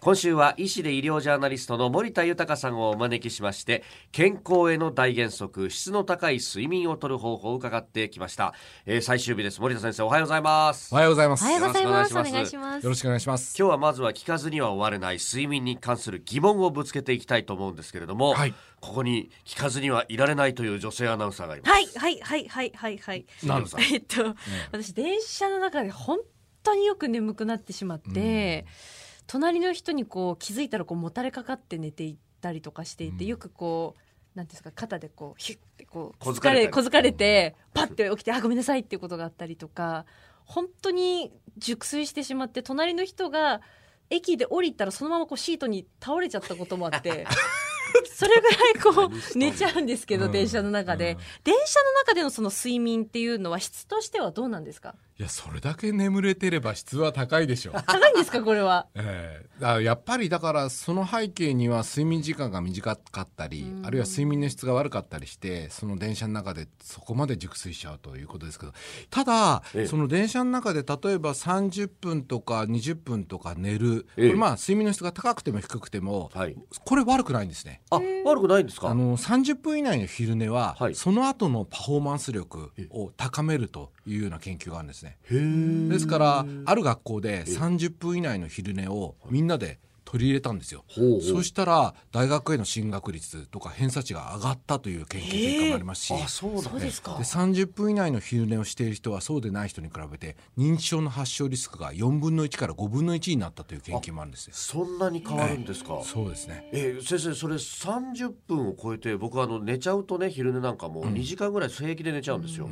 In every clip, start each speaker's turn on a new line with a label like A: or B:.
A: 今週は医師で医療ジャーナリストの森田豊さんをお招きしまして健康への大原則質の高い睡眠をとる方法を伺ってきました、えー最終日です森田先生おはようございます
B: おはようございま
C: お
B: す。
C: はよう
B: よ
C: ございます。
A: よ
C: お
A: ろしくお願
C: 願
A: い
C: い
A: し
C: します。
B: ろしくお願いします。
A: 今日はまずは聞かずには終われない睡眠に関する疑問をぶつけていきたいと思うんですけれども、
B: はい
A: ここに聞かずにはいられないという女性アナウンサーがいます。
C: はい、はい、はい、はい、はい、はい。
A: なんですか
C: えっと、私電車の中で本当によく眠くなってしまって。隣の人にこう気づいたらこうもたれかかって寝ていったりとかしていて、
B: うん
C: よくこう。なんていうんですか肩でこうヒュッてこう
A: 小づかれたり
C: 小づかれてパッて起きてあごめんなさいっていうことがあったりとか本当に熟睡してしまって隣の人が駅で降りたらそのままこうシートに倒れちゃったこともあって それぐらいこ
A: 何し
C: う
A: たの
C: 寝ちゃうんですけど、
B: うん
C: 電車の中で、
B: うん
C: 電車の中でのその睡眠っていうのは質としてはどうなんですか
B: いや、それだけ眠れてれば質は高いでしょう。
C: 高いんですかこれは
B: ええだからやっぱりだからその背景には睡眠時間が短かったり、
C: うん
B: あるいは睡眠の質が悪かったりしてその電車の中でそこまで熟睡しちゃうということですけどただ、
A: ええ
B: その電車の中で例えば30分とか20分とか寝る、
A: ええ
B: これまあ睡眠の質が高くても低くても、
A: はい。
B: これ悪くないんですね。
A: あ、悪くないんですか。
B: あの30分以内の昼寝は、
A: はい
B: その後のパフォーマンス力を高めるというような研究があるんですね。
A: へえ
B: ですからある学校で30分以内の昼寝をみんなで取り入れたんですよ。
A: ほうほう
B: そしたら大学への進学率とか偏差値が上がったという研究結果もありますし、
A: あ、そうなんだ
C: そうですか
B: で30分以内の昼寝をしている人はそうでない人に比べて認知症の発症リスクが4分の1から5分の1になったという研究もあるんですよ。
A: そんなに変わるんですか。
B: そうですね
A: えー先生それ30分を超えて僕あの寝ちゃうとね昼寝なんかもう2時間ぐらい平気で寝ちゃうんですよ、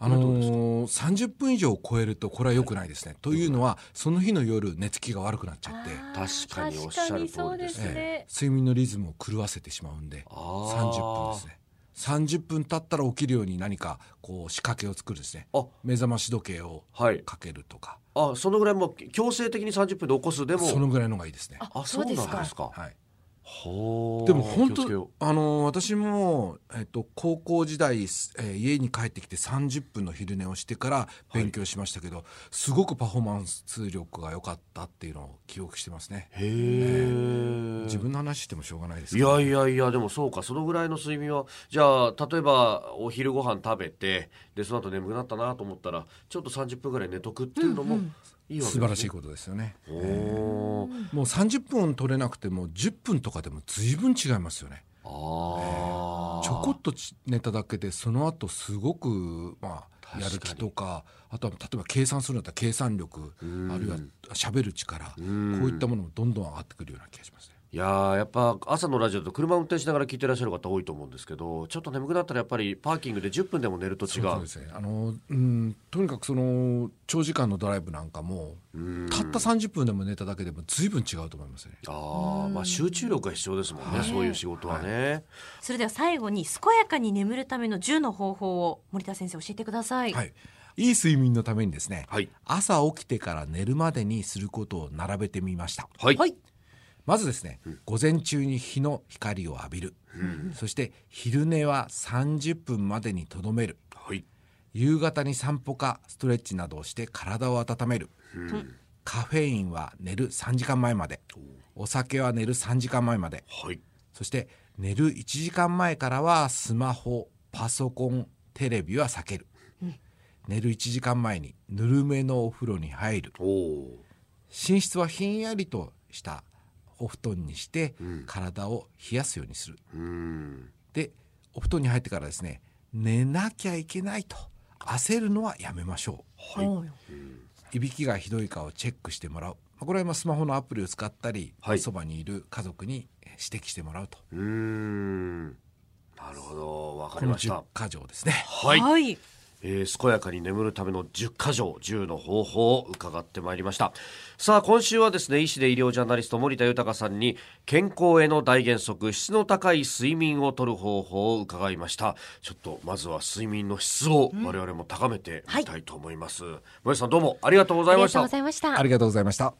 B: あのー、30分以上を超えるとこれは良くないですね。というのはその日の夜寝つきが悪くなっちゃって、
A: 確かにおっしゃる通りです
C: 確かにそうです
B: ええ
C: ね、
B: 睡眠のリズムを狂わせてしまうんで
A: あ
B: 30
A: ー
B: 分ですね30分経ったら起きるように何かこう仕掛けを作るですね
A: あ
B: 目覚まし時計を
A: はい
B: かけるとか
A: あそのぐらいもう強制的に30分で起こすでも
B: そのぐらいのがいいですね、
A: あそうなんですか
B: はい、
A: ほう
B: でも本
A: 気をつけよう
B: 当あの私も、えっと、高校時代、えー家に帰ってきて30分の昼寝をしてから勉強しましたけど、すごくパフォーマンス力が良かったっていうのを記憶してますね
A: へえ
B: 自分の話してもしょうがないです
A: い
B: けど
A: やいやいやでもそうかそのぐらいの睡眠はじゃあ例えばお昼ご飯食べてでその後眠くなったなと思ったらちょっと30分ぐらい寝とくっていうのもいいわけですね、
B: 素晴らしいことですよね
A: おー
B: もう30分取れなくても10分とかでも随分違いますよね
A: あー
B: ちょこっとち寝ただけでその後すごく、ま
A: 確か
B: あ、
A: に
B: やる気とかあとは例えば計算するんだったら計算力
A: ん
B: あるいは喋る力こう
A: うん
B: いったものもどんどん上がってくるような気がしますね。
A: いやーやっぱ朝のラジオだと車運転しながら聞いてらっしゃる方多いと思うんですけどちょっと眠くなったらやっぱりパーキングで10分でも寝ると違う
B: そうですねあの、うん、とにかくその長時間のドライブなんかも
A: うん
B: たった30分でも寝ただけでも随分違うと思いますね。
A: あー、まあ、集中力が必要ですもんね、
C: はい
A: そういう仕事はね、
C: それでは最後に健やかに眠るための10の方法を森田先生教えてください、
B: はい、いい睡眠のためにですね、
A: はい
B: 朝起きてから寝るまでにすることを並べてみました。
A: はい、
C: はい
B: まずですね、午前中に日の光を浴びる、そして昼寝は30分までにとどめる
A: はい
B: 夕方に散歩かストレッチなどをして体を温める、
A: うん
B: カフェインは寝る3時間前までお酒は寝る3時間前まで
A: はい
B: そして寝る1時間前からはスマホパソコンテレビは避ける、寝る1時間前にぬるめのお風呂に入る
A: おお
B: 寝室はひんやりとしたお布団にして
A: ん
B: 体を冷やすようにする、
A: ーうん
B: でお布団に入ってからですね寝なきゃいけないと焦るのはやめましょ
A: はい
C: おう
B: ういびきがひどいかをチェックしてもらうまあこれはまあスマホのアプリを使ったり、
A: はい
B: そばにいる家族に指摘してもらうと
A: うーんなるほどわか
B: こ
A: り
B: の
A: まし
B: 10
A: た
B: か条ですね
A: はい、
C: はい
A: えー健やかに眠るための10箇条10の方法を伺ってまいりましたさあ今週はですね医師で医療ジャーナリスト森田豊さんに健康への大原則質の高い睡眠をとる方法を伺いましたちょっとまずは睡眠の質を我々も高めてみたいと思います、森田さんどうもありがとうござ
C: あ
A: い
C: り
A: ま
C: が
A: し
C: とう
A: た
C: ございました
B: ありがとうございました